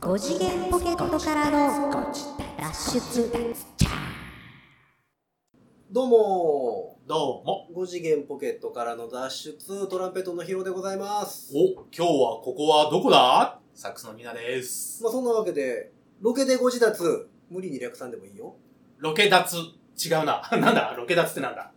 5次元ポケットからの脱出どうもどうも。ー5次元ポケットからの脱出トランペットのヒロでございますお、今日はここはどこだサックスのみなです。まあそんなわけでロケでご自立無理に略さんでもいいよロケ脱、違うな。 なんだロケ脱ってなんだ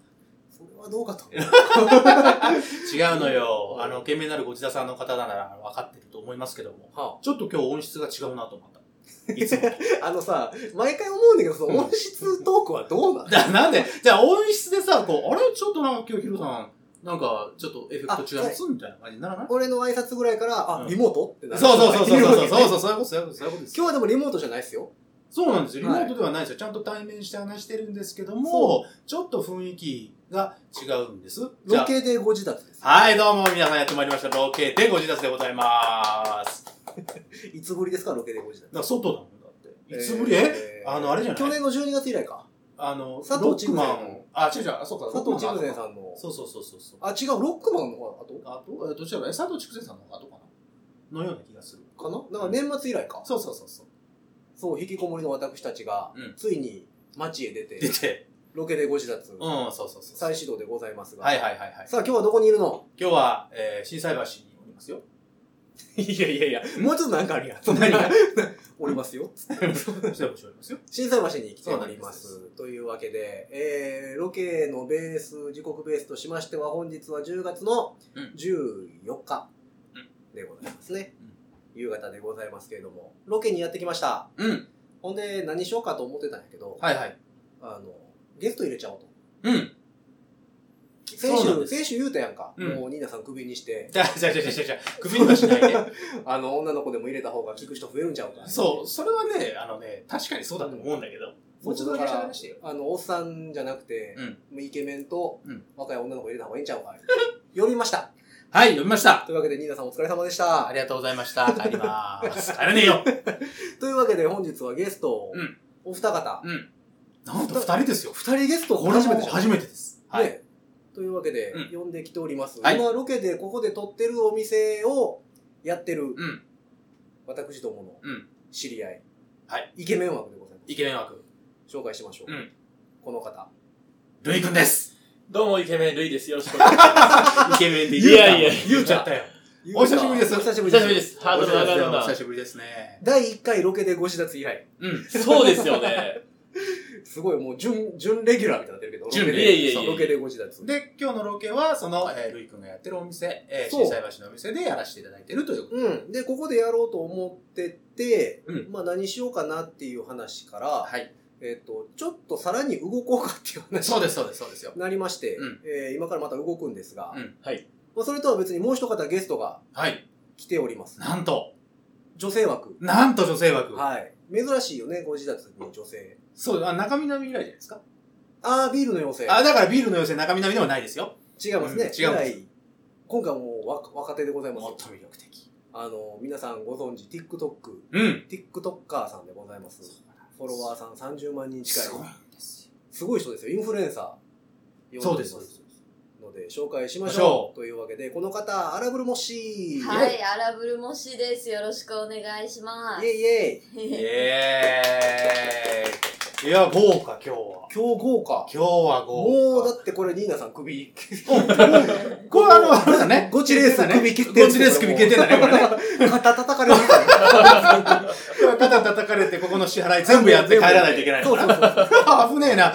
それはどうかと違うのよう。んあの、懸命なるご自宅さんの方なら分かってると思いますけども。はちょっと今日音質が違うなと思った。いつも。あ、あのさ毎回思うんだけどその音質トークはどうなのだ なんで、じゃあ音質でさ、こう、あれちょっとなんか今日ヒロさん、なんかちょっとエフェクト違いますみたいな感じにならない俺の挨拶ぐらいから、あ、うんリモートってなるそうそうそうそう そうそうそう今そうそういうことそういうことそういうことです日はでもリモートじゃないですよそうなんですよ。リモはいートではないですよ。ちゃんと対面して話してるんですけどそも、ちょっと雰囲気が違うんです。じゃロあケでご自立ですはい、どうも皆さんやってまいりました。ロケでご自宅でございます。だかいつぶりですかロケでご自立ら外だもんだって。いつぶり、えあのあれじゃない去年の12月以来かあの、佐ロ藤ック千草マのン。あ、違う違う、あそうか。佐藤千ロックマ草ンさんのそうそうそうそうそう。あ違うロックマンの方があと、えどちらか、え佐藤筑前さんの方が後かなのような気がする。あとかななんか年末以来かそうそうそうそう。そう、引きこもりの私たちが、うんついに街へ出て出、て。ロケでご自立、うん、そうそうそう。再始動でございますが、はいはいはいはい。さあ今日はどこにいるの今日は、えー、震災橋におりますよ。いやいやいや、もうちょっとなんかあるやん。何が おりますよ。震災橋おりますよ。震災橋に来ておりまそうす。というわけで、えー、ロケのベース、時刻ベースとしましては、本日は10月のうん14日でございますね。夕方でございますけれども、ロケにやってきました。うん。ほんで、何しようかと思ってたんやけど、はいはい。あの、ゲスト入れちゃおうと。うん。先そうなん週、です先週言うたやんか。うんもうニーナさんクビにして、じゃあ、じゃあ、じゃあ、じゃあじゃあ、首にはしないで。あの、女の子でも入れた方が聞く人増えるんちゃうか。そう、それはね、あのね、確かにそうだと思うんだけど。ももううちちょょっとっだとだかからら、あの、おっさんじゃなくて、うんもうイケメンとうん若い女の子入れた方がいいんちゃうか。 寄りました。はい、読みました。というわけで、ニーナさんお疲れ様でしあた。りがとうございました。帰りまー す。帰らねえよ。というわけで、本日はゲストをうん、お二方、うん。なんと二人ですよ。二人ゲストをこれ初初めめててじじゃゃんん初めてです。はい。ねというわけで、う呼んできております。はい今、ロケでここで撮ってるお店をやってる、うん。私どものうん知り合い、はいイケメン枠でございます。イケメン枠、紹介しましょう。うんこの方。ルイくんです。どうも、イケメン、ルイです。よろしくお願いします。イケメンでいやいや言うちゃったよ。お久しぶりですお久しぶおりです。久しぶりです。ハードル上がるお久な。しぶりですね。第1回ロケでご自立以来。うん。そうですよね。すごいもう準、準レギュラーみたいになってるけど、準ロケでいえいえいえそうロケでご自立。で、今日のロケは、その、えー、ルイくんがやってるお店、えー、そう震災橋のお店でやらせていただいてるということ。うん。で、ここでやろうと思ってて、うんまあ何しようかなっていう話から、はい。えっ、と、ちょっとさらに動こうかっていう話そうです、そうです、そうですよ。になりまして、うんえー今からまた動くんですが、うんはい。まあ、それとは別にもう一方ゲストがはい。来ております。なんと、女性枠。なんと女性枠。はい。珍しいよね、ご自立の女性。そう、あ中南以来じゃないですか。あー、ビールの妖精。あ、だからビールの寄せ中南ではないですよ。違いますね。うん違うんです以来今回はもう若若手でございますもっよ。と魅力的。あの、皆さんご存知、TikTok、うん。 TikToker さんでございます。フォロワーさん30万人近い。すごいんですすごい人ですよ。インフルエンサー。よ。そうです。。ので、紹介しましましょょう。というわけで、この方、アラブルモッシー。はい、アラブルモシです。よろしくお願いしまイェす。イイェイ。イエーイ。いや、豪華、今日は。今日豪華。今日はも豪う華。だってこれ、ニーナさん首。これあの、あれだね。ゴチレースだね。首決定ゴチレース首決定だね、これね。 肩叩かれましたね。肩叩かれて、ここの支払い全部やって帰らないといけないそうのそかうな。そうそ 危ねえな。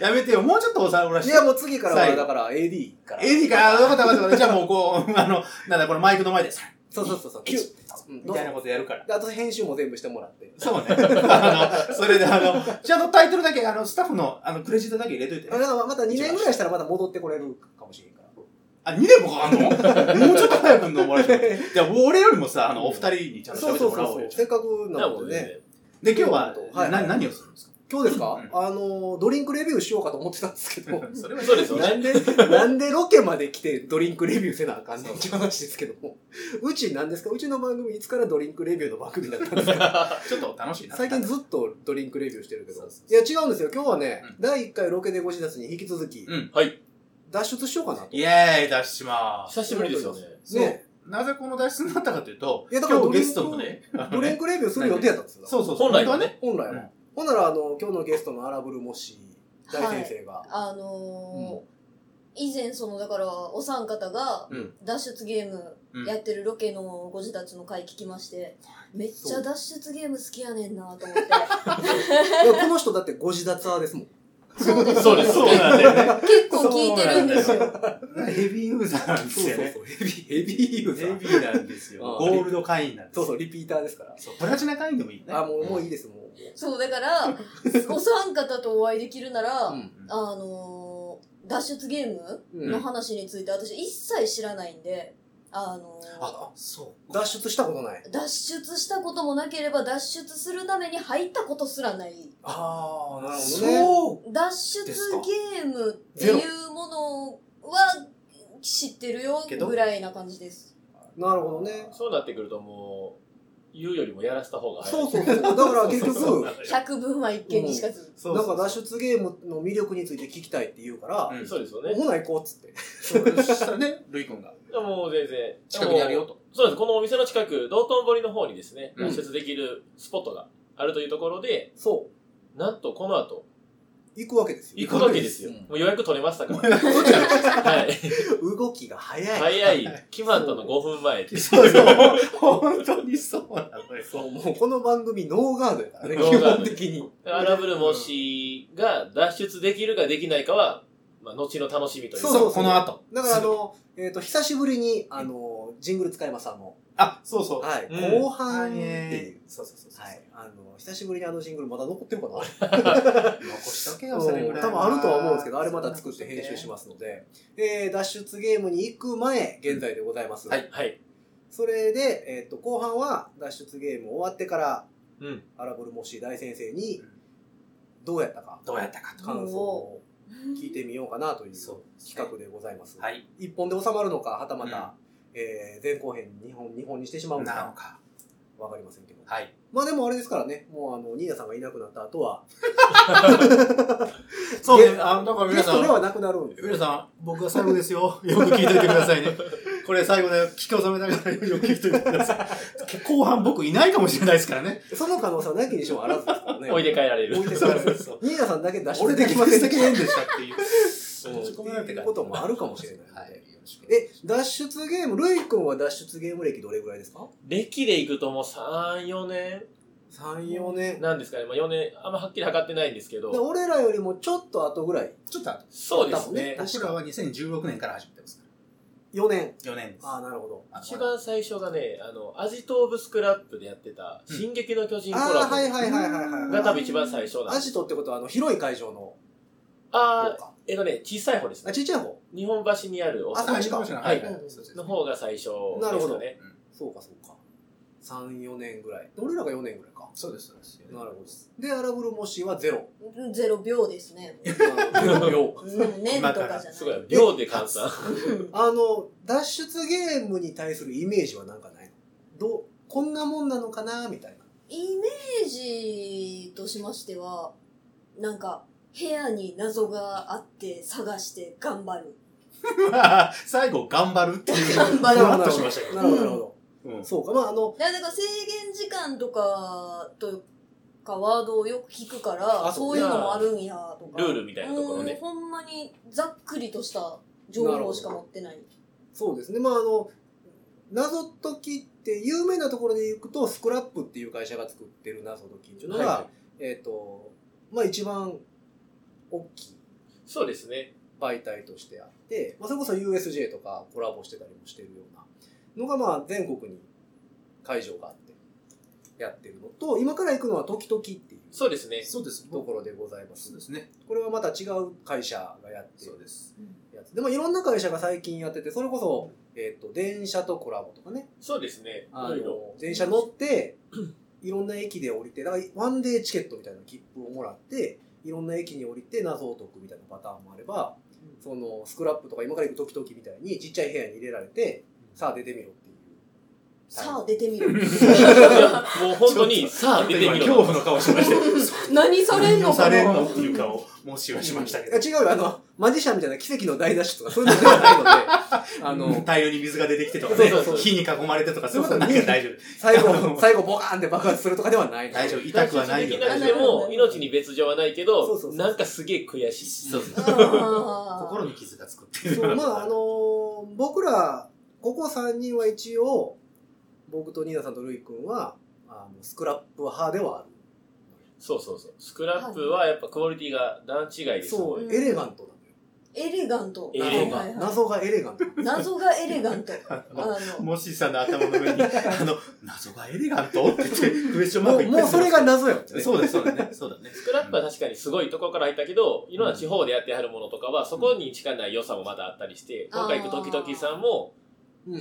やめてよ。もうちょっとおさらう。いして。や、もう次から最は、後だから AD から。エディか、あわかったわかったわかった。じゃあもうこう、あの、なんだ、このマイクの前で、そうそうそうそう。キュうみんどうたいぞなことやるから。であと編集も全部してもらって。そうね。あの、それであの、じゃああのタイトルだけ、あの、スタッフの、あの、クレジットだけ入れといてだ。からまた2年ぐらいしたらまた戻ってこれるかもしれんから。あ、2年もかかん のもうちょっと早くんのもらえる。いや、俺よりもさ、あの、お二人にちゃんとそ喋うってそうもそらおううよ。。せっかくなのうでね。ね。で、今日はそういう、ことはいな何をするんですか今日ですか、うんあの、ドリンクレビューしようかと思ってたんですけど。それはそうですよなね。んで、なんでロケまで来てドリンクレビューせなあかんねんっていう話ですけども。うちなんですかうちの番組いつからドリンクレビューの番組だったんです かちょっと楽しいな。最近ずっとドリンクレビューしてるけどそうそう。いや違うんですよ。今日はね、うん第1回ロケでご自立に引き続きうんはい。脱出しようかなと。イエーイ、出しまーす。久しぶりですよね。そうね。なぜこの脱出になったかというと、いやだから今ド日リンゲスクトをのね、ドリンクレビューする予定やったんですよ。 そうそうそう、本来ははね。本来は。うんほんなら、あの、今日のゲストのアラブルモッシー大先生が、 あのー以前そのだからお三方がうん脱出ゲームうんやってるロケのご自立の回聞きまして、めっちゃ脱出ゲーム好きやねんなと 思っていやこの人だってご自立派ですもん。そうですそうです。そうなんだよね。結構聞いてるんですよヘビーユーザーなんですよね。そう。ヘビー、ヘビーユーザヘー。ビーなんですよ。あーゴールド会員なんですそうよ。そう、リピーターですから。そうプラチナ会員でもいいね。あ、もう、もういいです、もそうだからお三方とお会いできるなら、う。ん。あのー脱出ゲームうのん。話について私一切知らないんで、あのーあ、そう。脱出したことない。脱出したこともなければ脱出するために入ったことすらないああ、なるほどね。そう脱出ですかゲームっていうものは知ってるよけどぐらいな感じですなるほどね。そうなってくるともう、言うよりもやらせた方が早い。そうそうそう。だから結局、な百聞は一見にしかず、そうそうんか脱出ゲームの魅力について聞きたいって言うから、うんそうですよね。ほな行こうっつって。そうそしたらね、ルイ君が、もう全然。近くにあるよと。そうです。このお店の近く、道頓堀の方にですね、うん脱出できるスポットがあるというところで、そう。なんとこの後、行くわけですよ。行くわけですよ。うんもう予約取れまし たから。はい。動きが早い。早い。決まったの5分前って。そうそう。本当にそうなのよ。そう、もうこの番組ノーガードやからね、ノ基ーガー本ド的に。アラブルモシが脱出できるかできないかは、まあ、後の楽しみというかそうそうこの後。だからあの、えっと、久しぶりに、あの、ジングル使います、あの、あ、そうそう。はい、うん後半っていう。そうそうそうそう。はい。あの、久しぶりにあのジングルまだ残ってるかな残しとけうよ、んそれぐらい。多分あるとは思うんですけど、あれまた作って編集しますので、えー脱出ゲームに行く前、現在でございます。はいはい。それで、えっと、後半は脱出ゲーム終わってから、うん。アラブルモシー大先生にうん、どうやったか、どうやったかと。感想を聞いてみようかなというそう企画でございます。はい。一本で収まるのか、はたまた、えー前後編2本、二本にしてしまうのなかの、か。わかりませんけど。はい。まあでもあれですからね、もうあの、ニーナさんがいなくなった後は、そうゲね、あの、だからゲ皆スさトでん、はなくなるんですよ皆さん、僕が最後ですよ。よく聞いといてくださいね。これ最後で、聞き納めながらよく聞いといてください。後半僕いないかもしれないですからね。その可能性はなきにしもあらずですからね。おいで帰られる置。いて帰るニーナさんだけ脱出俺ででききまませせんんででしきたなっいんでしたっていう。て持ち込められていかうらこともあるかもしれないので。はい。よろしく。え、脱出ゲーム、ルイ君は脱出ゲーム歴どれぐらいですか 歴で行くともう3、4年 ?3、4年。なんですかね。まあ4年、あんまはっきり測ってないんですけでど。俺らよりもちょっと後ぐらい。ちょっと後、そうですね多。分僕らは2016年から始めてますか4年。ら。4年です。ああ、なるほど。あの一番最初がね、あの、アジトーブスクラップでやってた、うん進撃の巨人コあラあ、はいボはいはいはいはい。が多分一番最初なんアです。ジトってことは、あの、広い会場の方ああ、か。えっとね、小さい方ですあ、ね。ちっちゃい方日本橋にあるおあそう酒でかもしれない。はいはいそうですの方が最初なるでほすどかね。そうかそうか。3、4年ぐらい。俺らが4年ぐらいか。そうです、そうです。なるほど。で、アラブルモシーはゼロ。 うんゼロ秒ですね秒。うん年とかじゃ すなごいい、秒で換 算。あの、脱出ゲームに対するイメージはなんかないのどう、こんなもんなのかなみたいな。イメージとしましてはなんか部屋に謎があって探して頑張る 最後、頑張るっていう。頑張なるるふほわどっとしましたけど。なるほど、なるほど。うんそうか。まあ、あの、だから制限時間とかとかワードをよく聞くかあらそそうういうのもあるんやとかルールみたいなところうんね。ほんまにざっくりとした情報しか持ってないそうですね。まあ、あの、謎解きって有名なところで行くと、スクラップっていう会社が作ってる謎解きっていうのが、はえっ、と、まあ一番大きいそうですね。媒体としてあって、まあ、それこそ USJ とかコラボしてたりもしてるようなのが、まあ全国に会場があってやってるのと、今から行くのは時々っていうそうですね。そうです。ところでございますそうで。すね。これはまた違う会社がやってるそうです。やつ。でもいろんな会社が最近やってて、それこそ、えっ、と、電車とコラボとかね。そうですね。あいろいろ。の、電車乗って、 いろんな駅で降りて、だからワンデーチケットみたいな切符をもらって、いろんな駅に降りて謎を解くみたいなパターンもあれば、そのスクラップとか今から行く時々みたいにちっちゃい部屋に入れられて、さあ出てみろっていうさあ出てみろ。もう本当に、さあ出てみ恐怖ろ。の顔しましたよ。何されんのさかれんなのっていう顔、もしはしましたけいや違うよ、あの、マジシャンみたいな奇跡の大脱出とかそういうのでは ないので、ど。ああの、の、大量に水が出てきてとかねそうそうそう、火に囲まれてとか、そういうことはないから大丈夫。最後、最後ボカーンって爆発するとかではないので大丈夫、痛くはないよでき。なくても、命に別状はないけそうどそ、うそうなんかすげえ悔しい。そうそう心心に傷がつくっていうそう、 のまあ、あが。のー僕ら、ここ3人は一応、僕とニーナさんとルイ君は、あのスクラップ派ではある。そうそうそう。スクラップはやっぱクオリティが段違いですそごう、い。んエレガントエレガント。エなレの。謎がガは謎がエレい、はいガ ント。謎がエレガント。あの、もしさんの頭の上 に、あの、謎がエレガントって言って、クエスチョンマーもクう、いっぱい もうそれが謎よ。ついてますそうです、そうだね。そうだね。スクラップは確かにすごいところから入ったけど、いろんな地方でやってはるものとかは、そこにしかない良さもまだあったりして、今回行くあー時々さんも、うん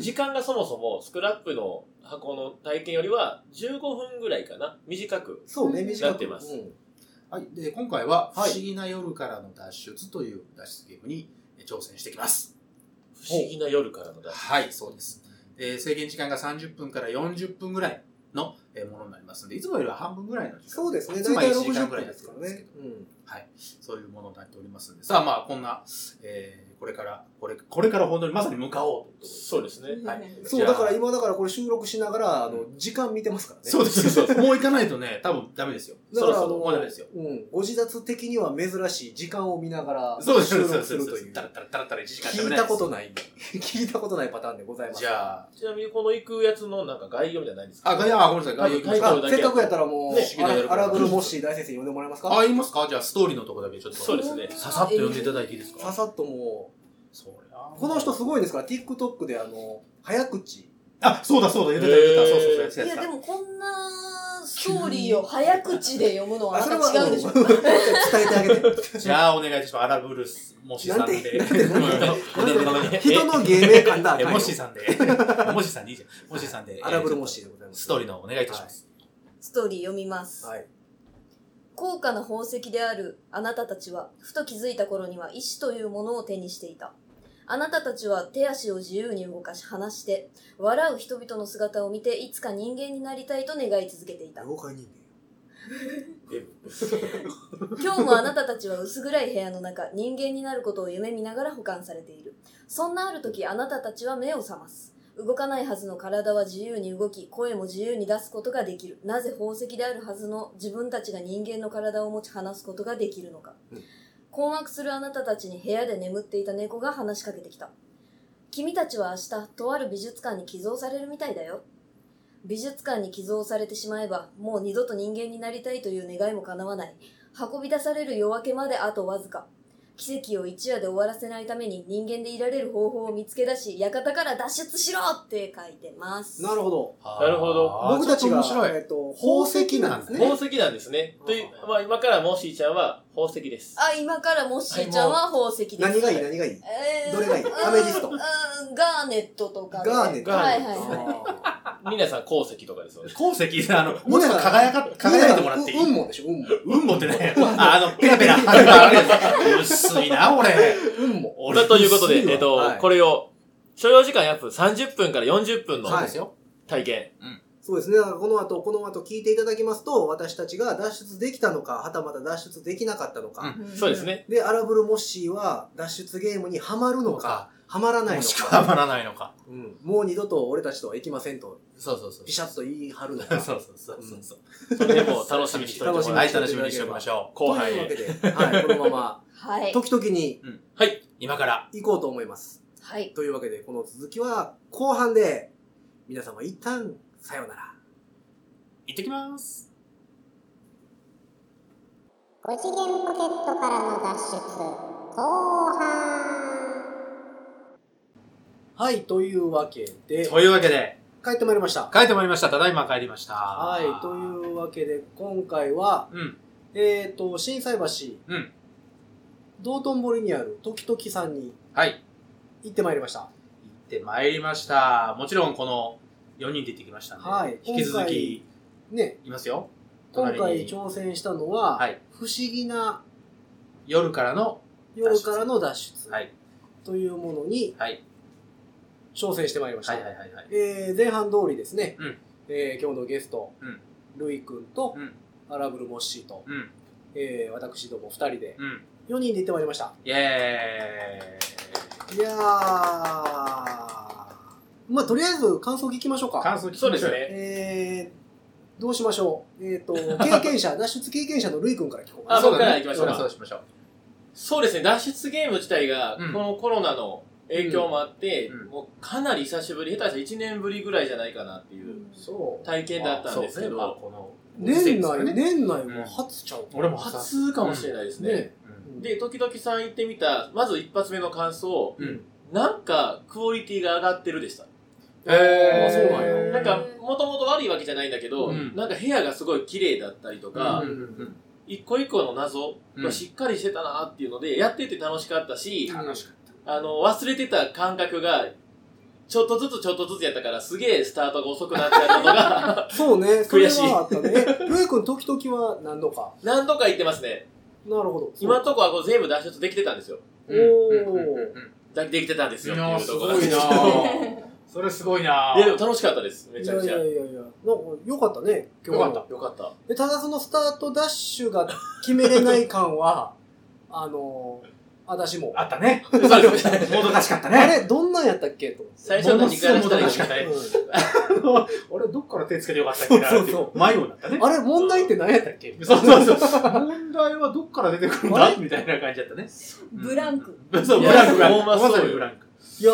時間がそもそもスクラップの箱の体験よりは15分ぐらいかな短く。そうね、短く。なってますうんはい。で、今回は、不はい思議な夜からの脱出という脱出ゲームにえ挑戦してきます。不思議な夜からのだ。はい、そうです。えー制限時間が30分から40分ぐらいのえーものになりますので、いつもよりは半分ぐらいの時間。そうですね、つま大り体1時60間ぐらい分やでってするかんらですけねど、。うんそういうものになっておりますので、さあまあ、こんな、えーこれから、これ、これから本当にまさに向かおうというところですそうですね。はいそじう、ゃあだから今だからこれ収録しながら、あの、時間見てますからね。そうですそう ですもう行かないとね、多分ダメですよ。だからそろそろあのもうダメですよ。うん。ご自立的には珍しい時間を見ながら収そうです、そう録です、すそうでるす。というた。らたらたらたら1時間食聞べいないです。たことない。聞いたことないパターンでございます。じゃあ、ちなみにこの行くやつのなんか概要みたいなのないんですかあ、概要、あ、ごめんなさい、概要行きますか。あせっかくやったらもう、ねあら荒ぶるモッシー大先生に呼んでもらえますあ、か言いますかじゃあ、ストーリーのとこだけちょっと。そうですねささっと読んでいただいていいですさかさっともそりゃう、この人すごいですから、TikTok であの、早口。あ、そうだそうだ、言ってた言ってへた。ーそうそうそう、やってたいやや、でってもこんなストーリーを早口で読むのはそまれた違うでしょ。あの伝えてあげて。 た。じゃあ、お願いします。アラブルス、モシさんで。人の芸名感だ。えモシさんで。モシさんでいいじゃん。モシさんで。アラブルモッシーでございます。ストーリーのお願いいたします。ストーリー読みます。はい。高価な宝石であるあなたたちは、ふと気づいた頃には石というものを手にしていた。あなたたちは手足を自由に動かし、話して、笑う人々の姿を見て、いつか人間になりたいと願い続けていた。妖怪人今日もあなたたちは薄暗い部屋の中、人間になることを夢見ながら保管されている。そんなある時、あなたたちは目を覚ます。動かないはずの体は自由に動き、声も自由に出すことができる。なぜ宝石であるはずの自分たちが人間の体を持ち話すことができるのか。うん困惑するあなたたちに部屋で眠っていた猫が話しかけてきた。君たちは明日、とある美術館に寄贈されるみたいだよ。美術館に寄贈されてしまえば、もう二度と人間になりたいという願いも叶わない。運び出される夜明けまであとわずか。奇跡を一夜で終わらせないために人間でいられる方法を見つけ出し、館から脱出しろって書いてます。形。なるほど。なるほどあー僕たちが、ょっと面白えい。っと、宝石なんです宝ね。石なんですね。というあ、まあ今からモーシーちゃんは宝石です。あ、今からモッシーちゃんは宝石です。何がいいい何がいいえー、どれがいいアメジストうんうんガーネットとかで。ガーネットはいはいガーネは皆さん鉱石とかですよね。鉱石、あの、もうちょっと輝か、輝いてもらっていい運もでしょ、運も。運もってね、あの、ペラペラ。あれ薄いな、俺。運も。 俺ということで、薄いわえっと、はいこれを、所要時間約30分から40分のそうですよ。体験。そうですね。だからこの後、この後聞いていただきますと、私たちが脱出できたのか、はたまた脱出できなかったのか。い。そうです。ね。で、アラブルモッシーは脱出ゲームにはまるのか、はまらないのもしくはか、まらないのか。うん、もう二度と俺たちとは行きませんと、そうそうそう。ピシャッと言い張るの そかう。そうそうそう。それでも楽しみにしておいてもらはえい、楽しみにしておきましょう。後半というわけへ。で、はい、このまま、はい。時々に今から。行こうと思います。はい。というわけで、この続きは後半で、皆様一旦、さようなら。行ってきます。 5次元ポケットからの脱出後半はい、というわけで、というわけで、帰ってまいりました。帰ってまいりました。ただいま帰りました。はい、というわけで、今回は、う。うん。えっ、と、心斎橋、うん。道頓堀にある時々さんにはい。行行ってまいりました。ってまいりました。もちろん、この4人で行ってきましたんで、はい引き続き、ね、いますよ。今隣回に挑戦したのは、はい不思議な夜からの、夜からの脱出はい。というものにはい。挑戦してまいりました。はいはいはいはい。えー前半通りですね、うんえー今日のゲスト、うんルイ君と、うんアラブルモッシーと、うん。えー私ども2人で、うん。 4人で行ってまいりました。イェーイ。いやー、まあ、とりあえず感想聞きましょうか。感想聞きましょそうですね。えー、どうしましょう。えっ、と、経験 者、脱出経験者のルイ君から聞こうかあな。僕から行きましょうかそうしましょう。そうですね、脱出ゲーム自体がうん、このコロナの影響もあって、うんうんもうかなり久しぶり、下手したら1年ぶりぐらいじゃないかなっていうそう。体験だったんですけまあそうねど、まあこの年ご時世ですか内、らね年内は初ちゃうか俺も初。初かもしれないですね。ねうんうんで、時々さん行ってみた、まず一発目の感想、うんなんかクオリティが上がってるでした。あそうなんやへーなんか、もともと悪いわけじゃないんだけど、うんなんか部屋がすごい綺麗だったりとか、うんうんうん一個一個の謎うがんしっかりしてたなっていうので、やってて楽しかったし、楽しかっあの、忘れてた感覚が、ちょっとずつちょっとずつやったから、すげえスタートが遅くなっちゃった のが、そうね、それ悔しいはあったね。えルイ君、時々は何度か。何度か言ってますね。なるほど。今のとこはこう全部脱出できてたんですよ。おうんうんーうんうんだできてたんですよ。いやーってすいうとごこなんでいすなけどーそれすごいないや、でも楽しかったです。めいちゃやくいちゃ。やよいやいや、なんか良かったね、今日良かっかった。でただそのスタートダッシュが決めれない感は、 あのー、私も。あったね。そうですねもどかしかったあね。れ、どんなんやったっけと思って。最初の2回したりとかうね。ん俺どっから手つけてよかったっけなっていそうそう迷うようになったね。あれ、問題って何やったっけそうそうそう。問題はどっから出てくるんだみたいな感じだったね。ブランク。そう、いブやランク、ブランほク。んまそうよまさにブランク。いや、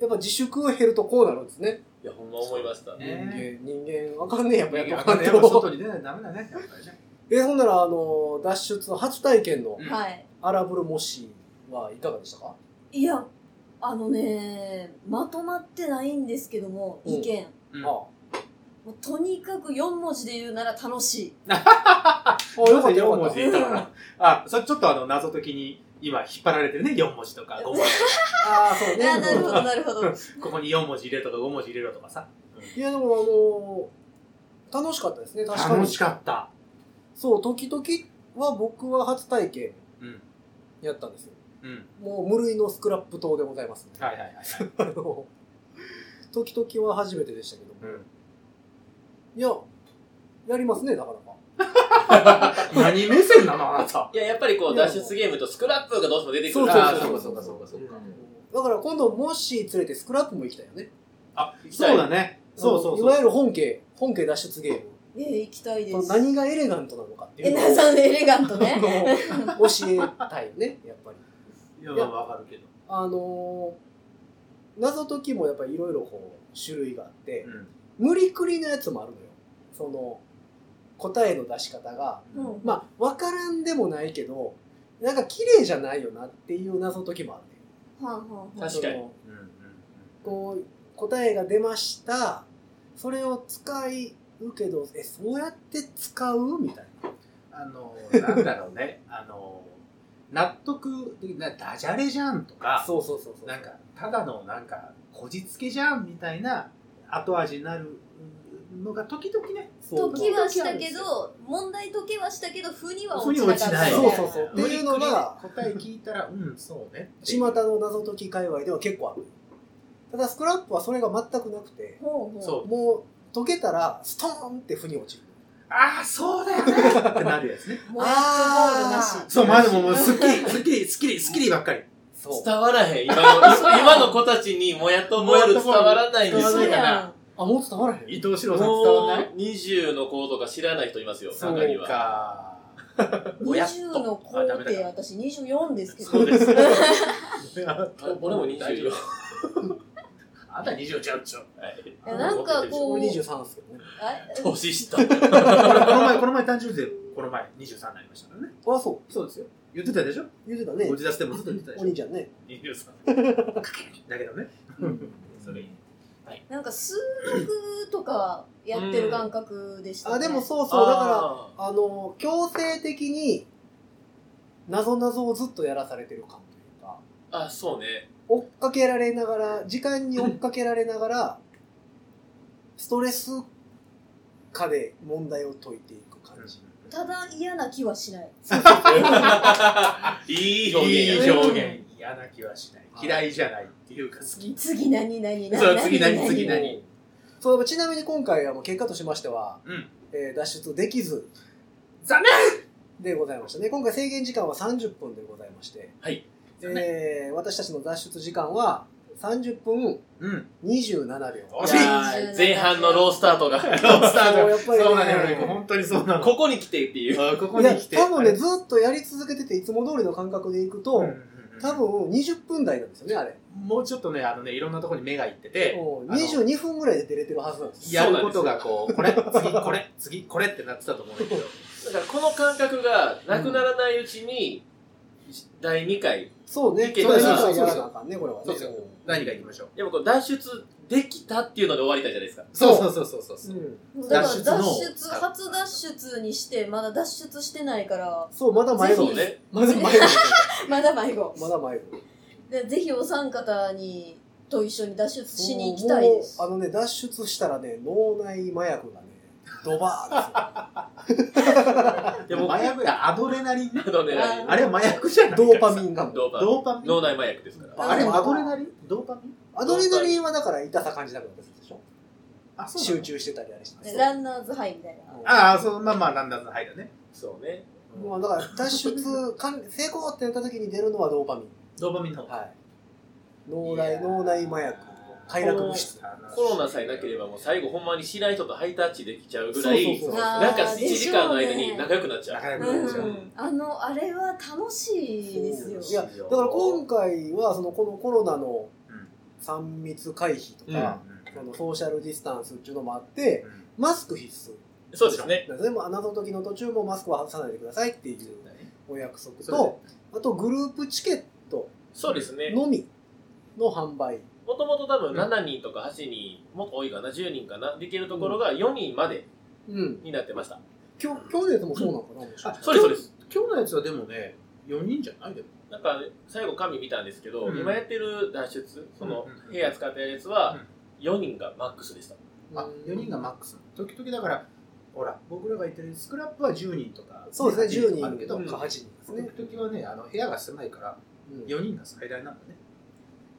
やっぱ自粛を減るとこうなるんですね。いや、ほんま思いました。人ね間、人間、わかんねえ、やっぱやっとかんねやっぱ外え。に出ないとダメだね。やっぱりね。 え、ほんなら、あのー、脱出の初体験のうんはい。アラブルモッシーはいかがでしたかいや、あのね、まとまってないんですけども、うん意見。うんあもうとにかく4文字で言うなら楽しい。あ、よかったなぜよ四か文っ字で言ったのかな。あ、それちょっとあの、謎解きに今引っ張られてるね。4文字とか5文字とか。た。ああ、そうね。あなるほど、なるほど。ここに4文字入れるとか5文字入れろとかさ。いや、でも、あのー、楽しかったですね、確かに。楽しかった。そう、時々は僕は初体験うん。やったんですよ。うん。もう無類のスクラップ島でござい ます、はいはいはいはい。あの、時々は初めてでしたけども。うんいや、やりますね、なかなか。何目線なのあなた。いや、やっぱりこう、脱出ゲームとスクラップがどうしても出てくそるうから、そうそうあーそうかそうかそうかそうか。だから今度、もし連れてスクラップも行きたいよね。そうだね。そうそうあそのいわう。ゆる本家、本家脱出ゲーム。えー、行きたいでこのす。何がエレガントなのかっていえうのなさんエレガントね。 を教えたいよね、やっぱり。いや、まあわかるけど。あのー謎解きもやっぱりいろいろこう、種類があって、うん。無理くりのやつもあるのよその答えの出し方がうんまあ分からんでもないけどなんか綺麗じゃないよなっていう謎解きもあるねはあはあはあ確かにそのうんうんうんこう答えが出ましたそれを使うけどえそうやって使うみたいなあの、なんだろうね。あの、納得できない、ダジャレじゃんとか、そうそうそうそうなんか、ただのなんか、こじつけじゃんみたいな後味になるのが時々ね。そう解きはしたけど、問題解けはしたけど、腑には落ちなかった腑にそう落ちないそうそうって無い理うのくりねが答え聞いたら、うん、そうね。巷の謎解き界隈では結構あるただスクラップはそれが全くなくてほうほう。そう。もう解けたらストーンって腑に落ちるああ、そうだよねってなるやつね。もやっとボールなし。そう、まあでももう、すっきり、すっきり、すっきり、すっきりばっかり。そう伝わらへん。今の、今の子たちにもやっともやる伝わらないんですそそううよ。だや。なんあ、もう伝わらへん伊藤四郎さん伝も、わんないう20の子とか知らない人いますよ、そう中には。か。ぼやっと20の子あダメっだて私24ですけど。そうです。あ俺も24。あんた24ちゃうっちょ。はいいやなんかこう俺23ですけどね。あ年下。俺この前、この前誕生日で、この前23になりましたからね。あ、そそうですよ。言ってたでしょう。言うてたねご。自宅でもずっと言ってたでおしょ兄ちゃんね。 23。だけどね。それいい。なんか数学とかやってる感覚でした、ねあ、でもう。そうそう。だから、あの、強制的に、謎謎をずっとやらされてる感というか、ら。あ、そうね。追っかけられながら、時間に追っかけられながら、ストレス下で問題を解いていく感じ。ただ嫌な気はしない。いい表現やいい表現。い嫌な気はしない。嫌いじゃないっていうか好き。次何何何そう次何次何何そうちなみに今回はもう結果としましては、うんえー脱出できず残でございましたね今回制限時間は30分でございまして、はいえー私たちの脱出時間は30分念うん。 27秒惜しいいやー前半のロースタートがロスタートやっぱりねそうなのよね。本当にそうなの。ここに来てっていうあここいやに来て。多分ねあれずっとやり続けてていつも通りの感覚でいくと、うんうんうん多分20分台なんですよねあれ、もうちょっとね、あのね、いろんなところに目がいってて、うん22分ぐらいで出れてるはずなんですよやることがこう、これ、次、これ、次、これってなってたと思うんだけど、だからこの感覚がなくならないうちに、第2回そうねいけそうたねらそうねやらなあかんねこれはねそうですよ何がいきましょう。でもこう脱出できたっていうので終わりたいじゃないですかそうそうそうそうそううそう。んだから脱出の脱出初脱出にしてまだ脱出してないから そうまだ迷子そうねまだ迷子まだ迷子まだ迷子でぜひお三方にと一緒に脱出しに行きたいですもうあのね脱出したらね脳内麻薬がねドバーッででもも、麻薬やアドレナリンね。あのねああれは麻薬じゃでないすよドーパミンがもうドーパドーパミン。脳内麻薬ですからああれアドレナリンドーパミンアドレナリンはだから痛さ感じなくなったでしょあ、そうなの集中してたりあれしてランナーズハイみたいなああ、そう、まあまあ、ランダムの範囲だね。そうねもうだから脱出かん成功ってなった時に出るのはドーパミンドーパミンの方が。はい脳内脳内麻薬快楽物質コロナさえなければもう最後ほんまに知らない人とハイタッチできちゃうぐらそういそうそうあーなんか1時間の間にでしょうね仲良くなっちゃう仲良くうなっちゃう。んあのあれは楽しいですよいやだから今回はそのこのコロナのうん3密回避とうんか、そのソーシャルディスタンスっていうのもあってうんマスク必須そうですねなんですねもう謎解きの途中もマスクは外さないでくださいっていうお約束そと、あとグループチケットそうですねのみの販売。もともと多分7人とか8人もっと多いかな10人かなできるところが4人までうん。になってましたきょ去年もそうなのかなもしかしあそうですそうです今日のやつはでもね、4人じゃないでも。なんか最後紙見たんですけど、うん今やってる脱出そのうん部屋使ってるやつうはん4人がマックスでしたてあ4人がマックス時々だからほら僕らが言ってるスクラップは10人とかそうですね、10人8とかあるけど、か8人ですね。時々はねあの部屋が狭いからうん4人が最大なんだね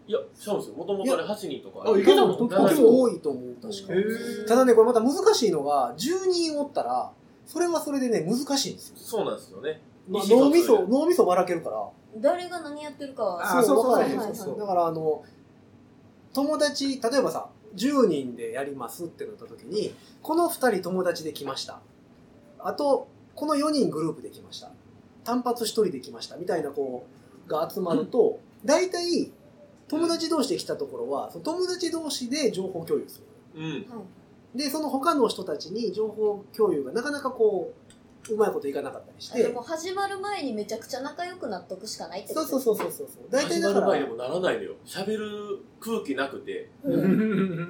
いやそうですよもともとあれ8人とかあ、いけたもと7って人も多いと思う、確かへに。ーただね、これまた難しいのが、10人おったら、それはそれでね、難しいんですよ。そうなんですよねまあ意思疎脳通みそ、脳みそばらけるから。誰が何やってるかはあーそうそうわからへんはいはいそうそうだからあの友達例えばさ10人でやりますってなった時にこの2人友達で来ましたあとこの4人グループで来ました単発1人で来ましたみたいな子が集まると大体友達同士で来たところはその友達同士で情報共有するうんはいでその他の人たちに情報共有がなかなかこううまいこといかなかったりしあでても始まる前にめちゃくちゃ仲良く納得しかないってこそうとそうそうそうそうそう大体始だまかる前らでもならないのよ喋る空気なくてう ん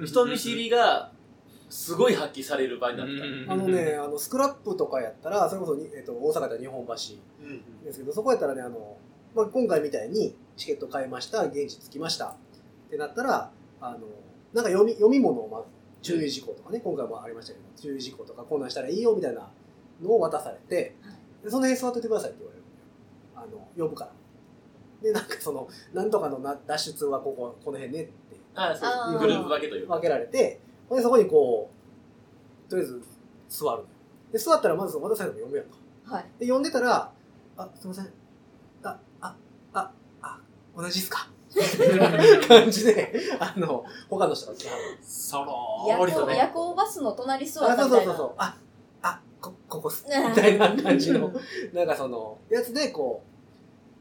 人見知りがすごい発揮される場になってた、あのね、あのスクラップとかやったら、それこそに、えっと大阪で日本橋 ですけど、そこやったらね、あのまあ、今回みたいにチケット買いました、現地着きましたってなったら、あのなんか読み読み物をまず注意事項とかね、今回もありましたけど、注意事項とか、こんなんしたらいいよみたいなのを渡されて、でその辺座っててくださいって言われるあの呼ぶから。で、なんかその、なんとかのな脱出はここ、この辺ねってああそうあーグループ分けというか分けられて、ほんでそこにこう、とりあえず座る。で、座ったらまずその渡されたの読むやんか。はいで、読んでたら、あ、すいません。あ、あ、あ、あ、同じっすか感じで、あの、他の人が来はる。そろ夜ーりと行ね夜行バスの隣座っあ、たそうそうみたいそうそなう。あ、あ、こ、ここっす。みたいな感じの、なんかその、やつでこ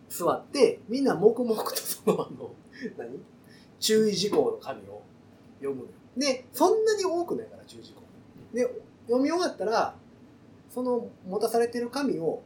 う、座って、みんな黙々とその、あの、何注意事項の紙を読むのよで、そんなに多くないから、注意事項。で、読み終わったら、その持たされてる紙を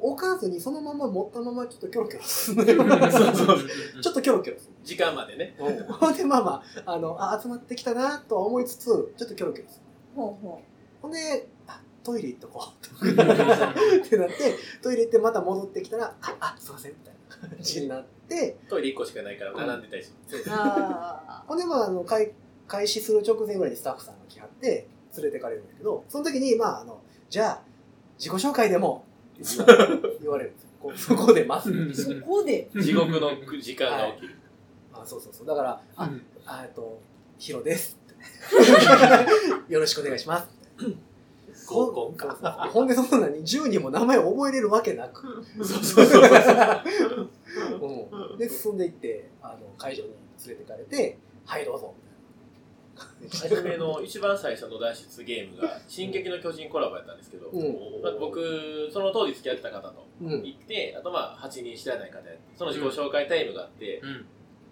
置かずにそのまま持ったままちょっとキョロキョロするのよそうそう ちょっとキョロキョロする。時間までねほんで、まあまあ、あの、あ、集まってきたなとは思いつつ、ちょっとキョロキョロする。ほうほほんで、あ、トイレ行っとこう。とかってなって、トイレ行ってまた戻ってきたら、あ、あ、すいません、みたいな感じになって、トイレ1個しかないから並んでたりしますうあほんで、まあ、あの、開開始する直前ぐらいにスタッフさんが来はって、連れてかれるんだけど、その時に、まあ、あの、じゃあ、自己紹介でも、って言わ言われるんですよ。こうそこでます、うんそこで。地獄の時間が起きる。あそうそうそうだからああ、あえっとヒロです よろしくお願いします合コンか。ほんでそんなに10人も名前覚えれるわけなくそうそうそうそう。うん、で進んでいってあの会場に連れてかれて「はいどう ぞ」初めの一番最初の脱出ゲームが「進撃の巨人」コラボやったんですけど、うんまあ、僕その当時付き合ってた方とうん行ってあとまあ8人知らない方やってその自己紹介タイムがあって、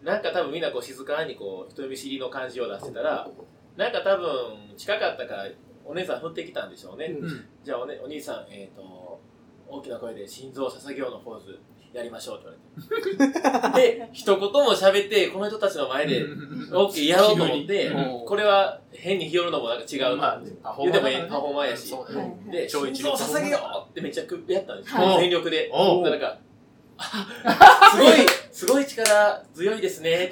なんか多分みんなこう静かにこう人見知りの感じを出してたらなんか多分近かったからお姉さん降ってきたんでしょうね、うんうん。じゃあお,、ね、お兄さんえっ、と大きな声で心臓を捧げようのポーズやりましょうって言わ れてで一言も喋ってこの人たちの前でオッケーやろうと思って、うんこれは変に日和るのもなんか違う、まあパフォ言ーうマてーだからもいいねパフォーマーやし、そうはいねはいで、超一心臓を捧げようってめちゃくやったんですよ、はい全力で。おうなんか、 あすごい、すごい力強いですね。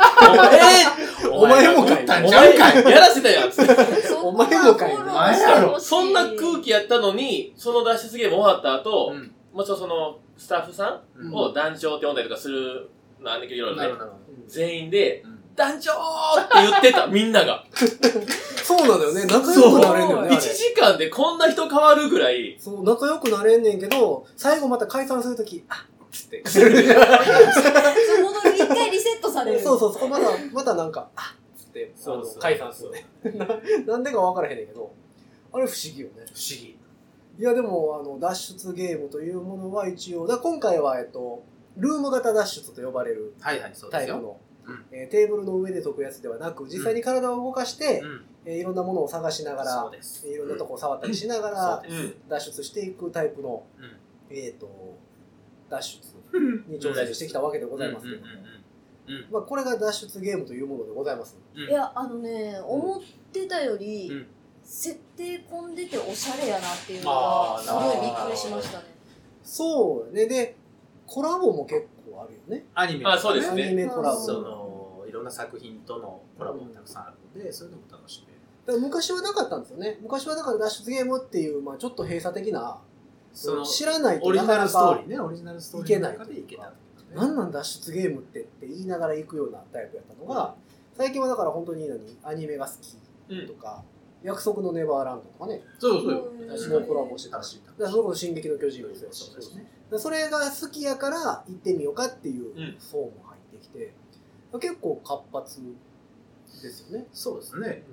おお前もかいお前やらせたやんつってそおんな前のかいフォローお前しやてろほしいそんな空気やったのに、その脱出ゲーム終わった後、うんもちろんそのスタッフさんを団長って呼んだりとかするのあんだけど、いろいなるろほね。どなるほ全員で、うん団長って言っ てた、みんなが。そうなんだよね仲良くなれんだよねあれ1時間でこんな人変わるぐらい、そう仲良くなれんねんけど最後また解散するときあっつっ てそう戻り一回リセットされる。そうそう、そこまだ、まだなんか、あっつって、そうそうあの解散するね。なんでか分からへんねんけど、あれ不思議よね。不思議。いや、でも、あの、脱出ゲームというものは一応、だ今回は、えっと、ルーム型脱出と呼ばれるはいはい、そうでタすイプよ。の、うんえーテーブルの上で解くやつではなく、実際に体を動かして、うんえーいろんなものを探しながそらう、ですえー。いろんなとこを触ったりしながらそう、うん、脱出していくタイプの、うんえっ、と、 脱出に挑戦してきたわけでございますけどもうんうんうんうんまあ、これが脱出ゲームというものでございます。いや、あのね、思ってたより、うん設定込んでておしゃれやなっていうのあが、ーすごいびっくりしましたね。そうね。で、コラボも結構あるよね。アニメあそうですアねニメコラボ。うんそだかのいろんな作品とのコラボもたくさんあるので、そういうのも楽しめる。ら昔はなかったんですよね。昔はだから脱出ゲームっていう、まあちょっと閉鎖的な、その知らないオとリなジかナなルストーかリー、ね、オリジナルストーリーの中でいけたってことねなんなん脱出ゲームってって言いながら行くようなタイプやったのが、最近はだから本当にいいのにアニメが好うきとん。か、約束のネバーランドとかね、そうそうよ。ん私もコラボしてた楽ししい。だからそれこそ進撃の巨人もそうやしそうですね。だからそれが好きやから行ってみようかっていううん層も入ってきて、結構活発ですよね。そうですね。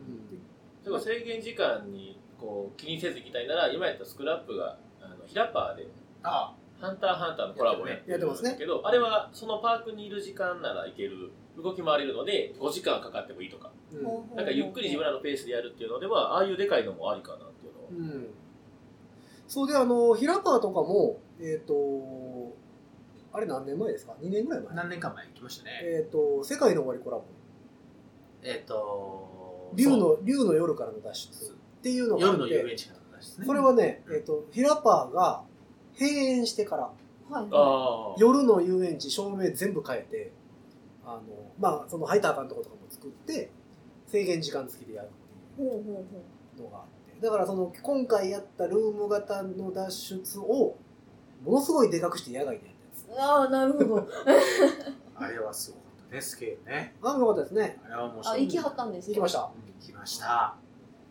だから制限時間にこう気にせず行きたいなら、今やったスクラップが、あのヒラパーで、あハンターハンターのコラボややってますねだけど、あれはそのパークにいる時間なら行ける、動き回れるので、5時間かかってもいいとか、うんほうほうほうなんかゆっくり自分らのペースでやるっていうのでは、ああいうでかいのもありかなっていうのはう。ん、そうであの平川とかもえっ、とあれ何年前ですか2年ぐらい前何年か前に行きましたね。えっ、と「世界の終わり」コラボえっ「と、竜そうの竜の夜からの脱出」っていうのがあ夜っの遊て園地からの話ですね。それはね、えっと平川が閉園してからはいはいあ夜の遊園地照明全部変えてあのまあその入ったらあかんとことかも作って制限時間付きでやるっていう。ほうほうほうのがあってだからその今回やったルーム型の脱出をものすごいでかくして野外でやったやつああ、なるほど。あれはすごかったね、スケールね。あよかったですねあれは面白あ、い。行きはったんです行きました行きました。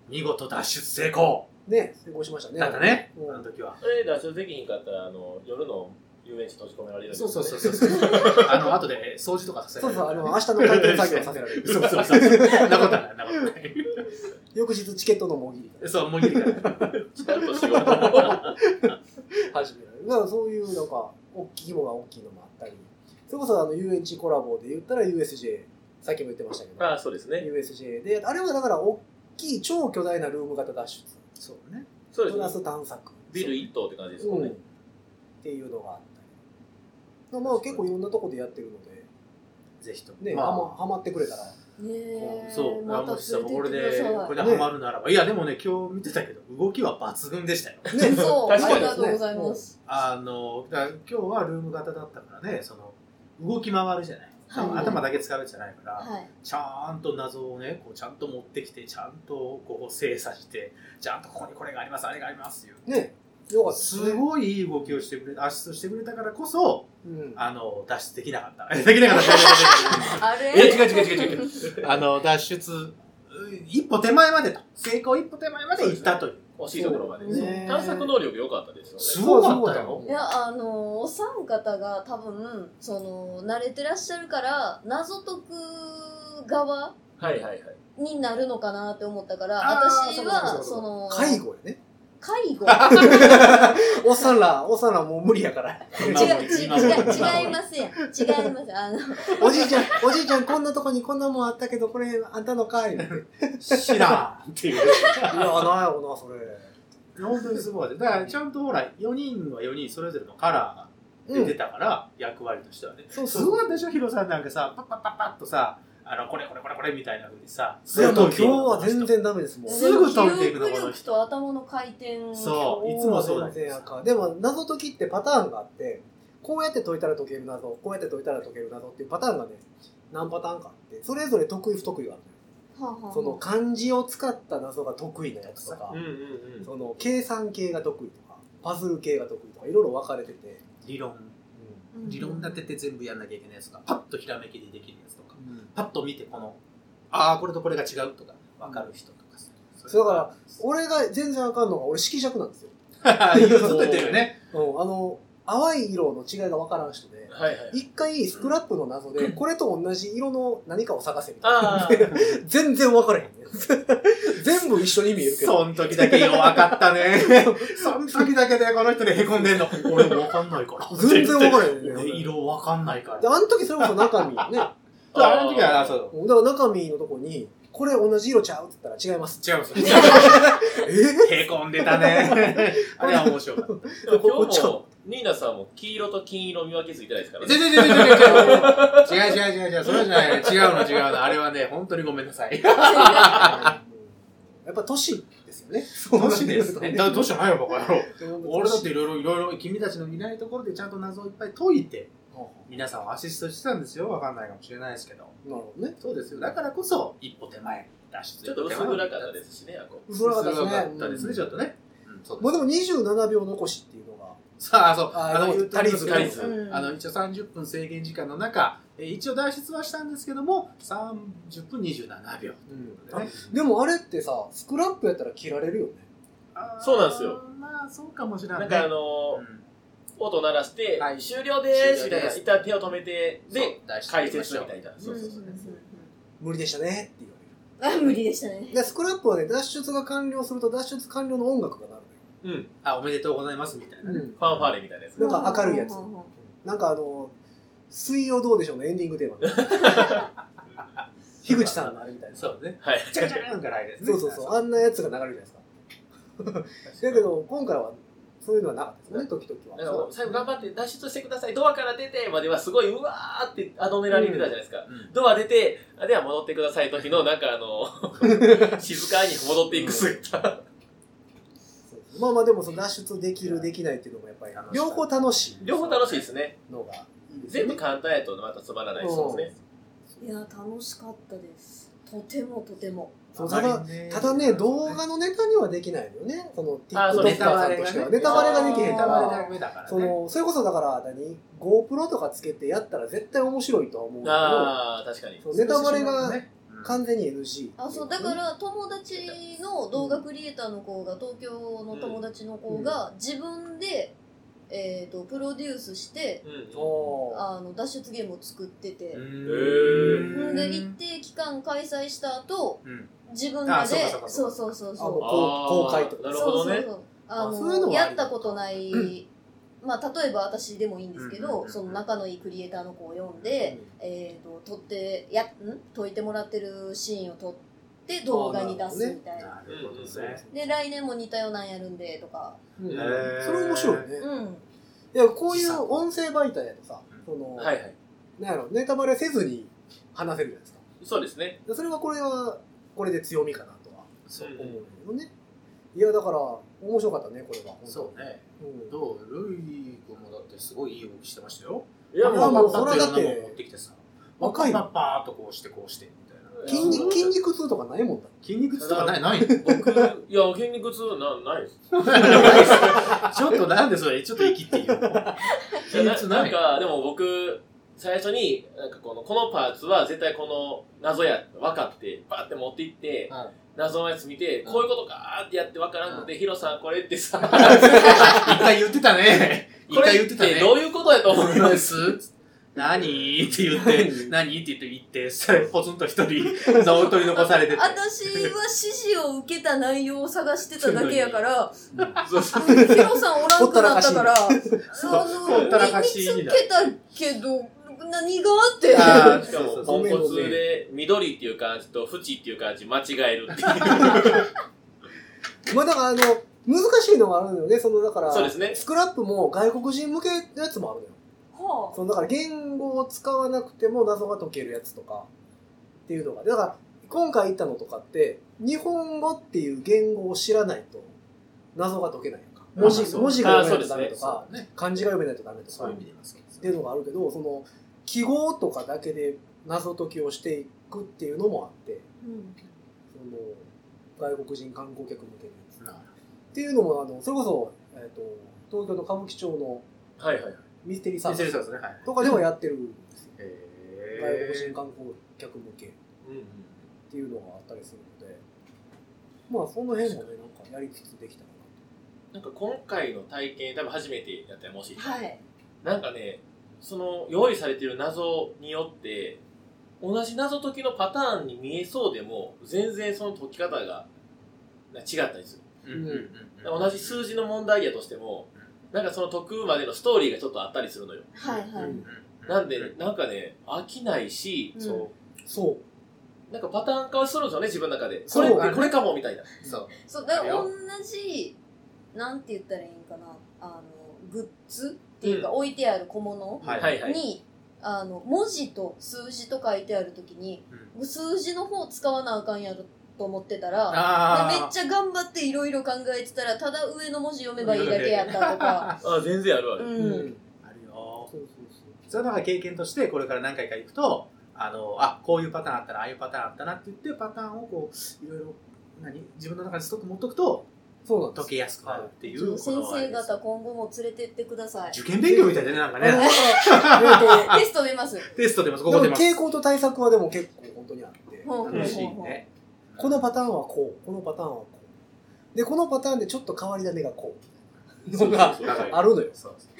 見事脱出成功ね成功しましたねだったね、うんあの時は。それ脱出できひんかったら、あの夜の遊園地閉じ込められるんですそうよねそうそうそう。 あの、後で掃除とかさせそらうれるそうかあらのね明日の開店作業させられる そうそうそうそう。そんなことない、そんなことない。翌日チケットのもぎりそう、もういいから。ちゃんと仕事も。が始められるだからそういうなんか大きい規模が大きいのもあったりそれこそあの遊園地コラボで言ったら USJ さっきも言ってましたけど ああ、そうですね。 USJ であれはだから大きい超巨大なルーム型脱出そうね。そうプでラすね。ス探索ビル一棟って感じですもうんん、っね。ていうのがあったりまあ結構いろんなとこでやってるのでぜひとも。ね、まはあまハマってくれたらねえ。そう、またもしさ連れてこ行っれてくだで、さこれでハマるならば。いや、でもね、今日見てたけど、動きは抜群でしたよ。い。ね、そう、あ確かにりがとうございます。あの、だから今日はルーム型だったからね、その、動き回るじゃない。はい頭だけ使うんじゃないから、はい。ちゃんと謎をね、こうちゃんと持ってきて、ちゃんとこう精査して、ちゃんとここにこれがあります、あれがありますっていう。ねよかったですすね。ごいいい動きをしてくれアシストしてくれたからこそ、うんあの、脱出できなかった。 できなかった。あれいや、違う違う違う違う。あの、脱出、一歩手前までと。成功一歩手前まで行ったという。惜しいところまでそうね。探索能力良かったですすよね。ごかったよそういやあのお三方が多分その慣れてらっしゃるから謎解く側はいはいはい。になるのかなって思ったからあー私そうはかそそうの介護やね。介護おさら、おさらもう無理やから。違う違う違う違いますやん違いますあのおじいちゃん、おじいちゃんこんなとこにこんなもんあったけど、これあんたのかい。いや、知らんっていう。ないよな、それ。本当にすごいだから、ちゃんとほら、4人は4人それぞれのカラーが出てたから、役割としてはね。そうすそう。ごいでしょ、ヒロさんなんかさ、パッパッパッパッとさ、あの、これこれこれこれみたいなふうにさ、いや、もう今日解いていくのは全。然ダメですもん。すぐ飛んでいくの記憶力と頭の回転そう、いつもそうだ全然けどあさかんでも、謎解きってパターンがあって、こうやって解いたら解ける謎、こうやって解いたら解ける謎っていうパターンがね、何パターンかあって、それぞれ得意不得意があるのよはあはあその漢字を使った謎が得意なやつとかうん、うんうん。その計算系が得意とか、パズル系が得意とか、いろいろ分かれてて、理論、うん理論立てて全部やんなきゃいけないやつが、パッとひらめきでできるやつとか、うんパッと見てこの、ああ、これとこれが違うとか、わかる人とかさ。それだから、俺が全然あかんのが、俺色弱なんですよ。ら、ずっと 言ってるよね。うん、あの、淡い色の違いが分からん人で、はいはい。一回スクラップの謎で、これと同じ色の何かを探せみたいなあ。 あ。全然分からへんね。 全部一緒に見えるけど。そん時だけ弱かったね。 そん時だけでこの人で凹んでんの。 俺わかんないから。全然分からへん俺ね。色わかんないから。で、あの時それこそ中 身よね。だかあれの時は、あそう。ら中身のとこに、これ同じ色ちゃうって言ったら違います。違います。 えへこんでたね。 あれは面白かった。今日こっちかも、ニーナさんも黄色と金色見分けついてないですからね。違う違う違う違う違う違う違う違うそれじゃない。違うの違うの。あれはね、本当にごめんなさい。やっぱ都市ですよね。どうしですね。 だどうしようもないよ、バカ野郎。俺俺だっていろいろいろいろ君たちのいないところでちゃんと謎をいっぱい解いて、皆さんをアシストしてたんですよ。わかんないかもしれないですけど。なるほどね。そうですよ。だからこそ、一歩手前、脱出ちょっと薄暗かったですしね、あこ。薄らか薄ったったでですすね。ね、ちょっとね。うん、そうまあででも27秒残しっていうのが、す。さあ、そう。ああのの、言った足りず足り足りずず。あの、一応30分制限時間の中、えー一応脱出はしたんですけども、30分27秒。あでもあれってさ、スクラップやったら切られるよね。あーそうなんですよ。まあ、そうかもしれな。ないんかあのうん、音鳴らして、はい終了でーすみたい終了でな、す一旦手を止めて、そで、う、脱出解説みたいな。うんそうそうそううんうんうん無理でしたねって言われる。あ無理でしたねで、スクラップはね、脱出が完了すると脱出完了の音楽が鳴うん。あ、おめでとうございます、みたいなるのね。よ。ファンファーレみたいなやつ。なんか明るいやつはあはあはなんかあの、水曜どうでしょうのエンディングテーマ。 樋口さんのあれみたいな。そうね。 はい。チャチャーンから入るやつねそうそうそう、あんなやつが流れるじゃないですか。だけど、今回はそういうのはなかったですね、時々なんかもはう。最後頑張って脱出してください、ドアから出てまではすごい、うわーってアドネラリン出たじゃないですか。うんドア出て、あでは戻ってください時の、なんかあ の、静かに戻っていく姿。そうそうまあまあでも、その脱出できる、できないっていうのもやっぱり楽しかっ、た両方楽し両方楽しいですね。いのがいいですよ全ね部簡単やとまたつまらないそうですね。あいや楽しかったですとてもとてもそうただ、ただね、動画のネタにはできないのよね。その、あそう TikToker さんとしては。ネタバレができへんかネタバレらダ。メだからね。その、それこそだから何、GoPro とかつけてやったら絶対面白いとは思うんだああ、確かにけ。ど、そうネタバレがね、完全に NG。あそうだか、ら友達の動画クリエイターの子が東京の友達の子が自分で、えー、とプロデュースしてうんうんおーあの脱出ゲームを作ってて、ーん、で一定期間開催した後うん自分らあでそうかそうかそそううそうそうあもうそうこう公開とあーなるほどねそう。そうそうああのそういうのもありやったことない、まあ、例えば私でもいいんですけど、うんうんうんうんその仲のいいクリエイターの子を読んで、えー、と撮ってやん解いてもらってるシーンを撮って動画に出すみたいな。なるほどね。で来年も似たようなんやるんでとかうんへーそれ面白いね。うんいや、こういう音声媒体やとさ、その、はいはい。なんやろ、ネタバレせずに話せるじゃないですか。そうですね。でそれはこれは、これで強みかなとはそううん思うんだけどね。いや、だから、面白かったね、これは。そうね。う。うん、どうルイ君もだってすごいいい動きしてましたよ。いやあもう、もうパッパッパッそれはだっていろんなもん持ってきてさ。若いパッパーっとこうしてこうしてみたいな。筋肉、筋肉痛とかないもんだ。筋肉痛とかない ない僕、いや、筋肉痛な、ないです。ちょっとなんでそれ、ちょっと生きっていう。い筋や肉痛なななんい。か、でも僕、最初に、なんかこの、このパーツは絶対この謎や、分かって、パって持って行って、うん謎のやつ見て、うんこういうことかーってやって分からんくて、ヒロさんこれってさ、 一回言ってたね。一これ回言ってたね。どういうことやと思う思います何って言って、何って言って行って、それポツンと一人、座を取り残されてて。私は指示を受けた内容を探してただけやから、 そうそうヒロさんおらんくなったから、あの、そうほったらか見しついけんだたけど、何があって。あーしかもそう、ポそうンそうコツで、緑っていう漢字と、縁っていう漢字間違えるっていう。まあだからあの、難しいのがあるのよね。そのだから、そうですねスクラップも外国人向けのやつもあるのよ。はそのだから言語を使わなくても謎が解けるやつとかっていうのが。だから今回言ったのとかって、日本語っていう言語を知らないと謎が解けないやんか。文字あそう文字が読めないとあそダうでメすとねか、ね。漢字が読めないとダメとそうかいう意っ味で言いますけど。ていうのがあるけど、その記号とかだけで謎解きをしていくっていうのもあって、あうんその外国人観光客向けのやつ。なるっていうのも、あの、それこそ、えっ、と、東京の歌舞伎町のはいはいはい。ミステリーサほどー先ビ生スそうですね。はい。とかでもやってるんですよ。外国人へ観光客向けっうんうんていうのがあったりするので、まあ、その辺もね、なんかやりつつできたかなんか今回の体験、多分初めてやったやもし。はい。なんかね、その用意されてる謎によって、同じ謎解きのパターンに見えそうでも、全然その解き方がなんか違ったりする。うんうんうん同じ数字の問題やとしても、なんかその解くまでのストーリーがちょっとあったりするのよ。はいはな。い。なんで、なんかね、飽きないし、うんそ、そうなんかパターン化するんですよね、自分の中で。こそうれってこれかも、みたいな。そう。そう、だからあ同じ、なんて言ったらいいんかな、あの、グッズっていうか、置いてある小物はいはいはい。に、あの、文字と数字と書いてあるときに、数字の方使わなあかんやろと思ってたら、でめあっちゃ頑張っていろいろ考えてたら、ただ上の文字読めばいいだけやったと か、あ、全然あるあうる。う。ん。あ。あるよ。そうそうそういうのが経験として、これから何回か行くと、あの、あ、こういうパターンあったな、ああいうパターンあったなって言って、パターンをこう、いろいろ、何自分の中にストック持っとくと、そう。そうなんで解す。けやすくなるっていちう。ょっと先このあれ生です方今後も連れてってください。受験勉強みたいだね、なんかね。あのだからえっテスト出ます。テスト出 ます、とここで出もます。傾向と対策はでも結構本当にあって、ほうほうほう楽しいほう。ね。このパターンはこう、このパターンはこう。で、このパターンでちょっと変わり種がこう。のがそうそうそうあるのよ。そうそう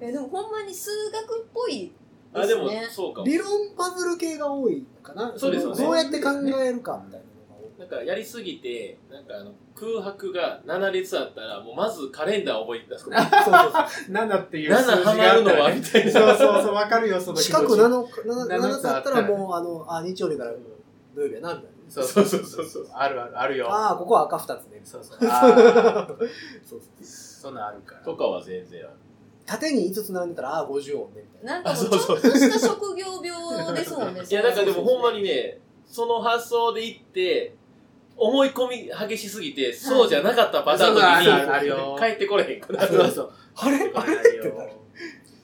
えでもほんまに数学っぽいあ、でですもね、。そうかも。理論パズル系が多いかな。そうですよねどうやって考えるかみたいなのが多い。なんかやりすぎて、なんかあの空白が7列あったら、もうまずカレンダー覚えてたんですよ。そうそうそう7っていう数7字ハがマあるっのたらはねみたい な。そうそうそう、わかるよ、その気持四ち。 角7、7、七つ7ああっったたららもう、あの、あ、日曜日から土曜日やな、みたいな。そうそうそうそうそう。あるある、あるよ。ああ、ここは赤2つね。そうそう。 あーそうそうそんなんあるから。とかは全然ある。縦に5つ並んでたら、ああ、50音ね、みたいな。なんかもうちょっとした職業病ですもんね。 いや、なんかでもほんまに。にね、その発想でいって、思い込み激しすぎて、そうじゃなかったパターンのあるあるあ時るによ、帰ってこれへんくなる。そうそう。あれあれってなる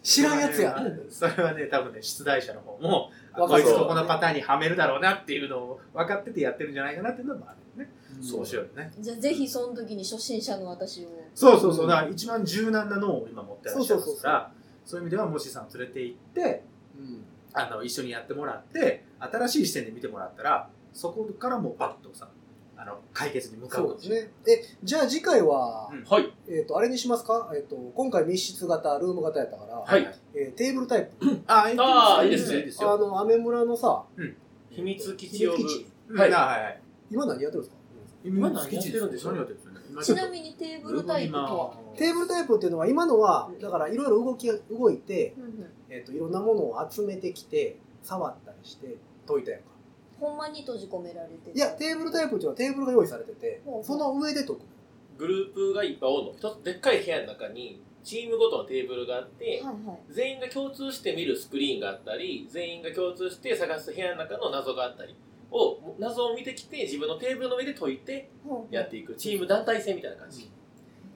知らんやつや。それはね、多分ね、出題者の方も、あわかこるいつここのパターンにはめるだろうなっていうのを分かっててやってるんじゃないかなっていうのもあるよね。そうしようよね。じゃあぜひその時に初心者の私を。そうそうそう。だから一番柔軟な脳を今持ってらっしゃるそうそうそうから、そういう意味では、もしさんを連れて行って、うん。あの、一緒にやってもらって、新しい視点で見てもらったら、そこからもうパッとさ、あの、解決に向かうそかうもでしすれない。ね。え、じゃあ次回は、うんはい。えっと、あれにしますかえっと、今回密室型、ルーム型やったから、はいえーテーブルタイプ。ああ、あーいいですいね。いいいでですあよ。の、アメ村のさ、秘密基地を秘密基地うんはいあはいはい。今何やってるんですか今何やってるんでしょう何やってるんでしょうね。ちなみにテーブルタイプとは。テーブルタイプっていうのは今のはだからいろいろ動き動いて、うんうんえっといろんなものを集めてきて触ったりして解いたやんかほんまに閉じ込められてたいやテーブルタイプっていうのはテーブルが用意されててほうほうその上で解くグループがいっぱいおるの。一つでっかい部屋の中に、チームごとのテーブルがあって、はいはい。全員が共通して見るスクリーンがあったり、全員が共通して探す部屋の中の謎があったりを、謎を見てきて、自分のテーブルの上で解いてほうやっていく。チーム団体戦みたいな感じ。で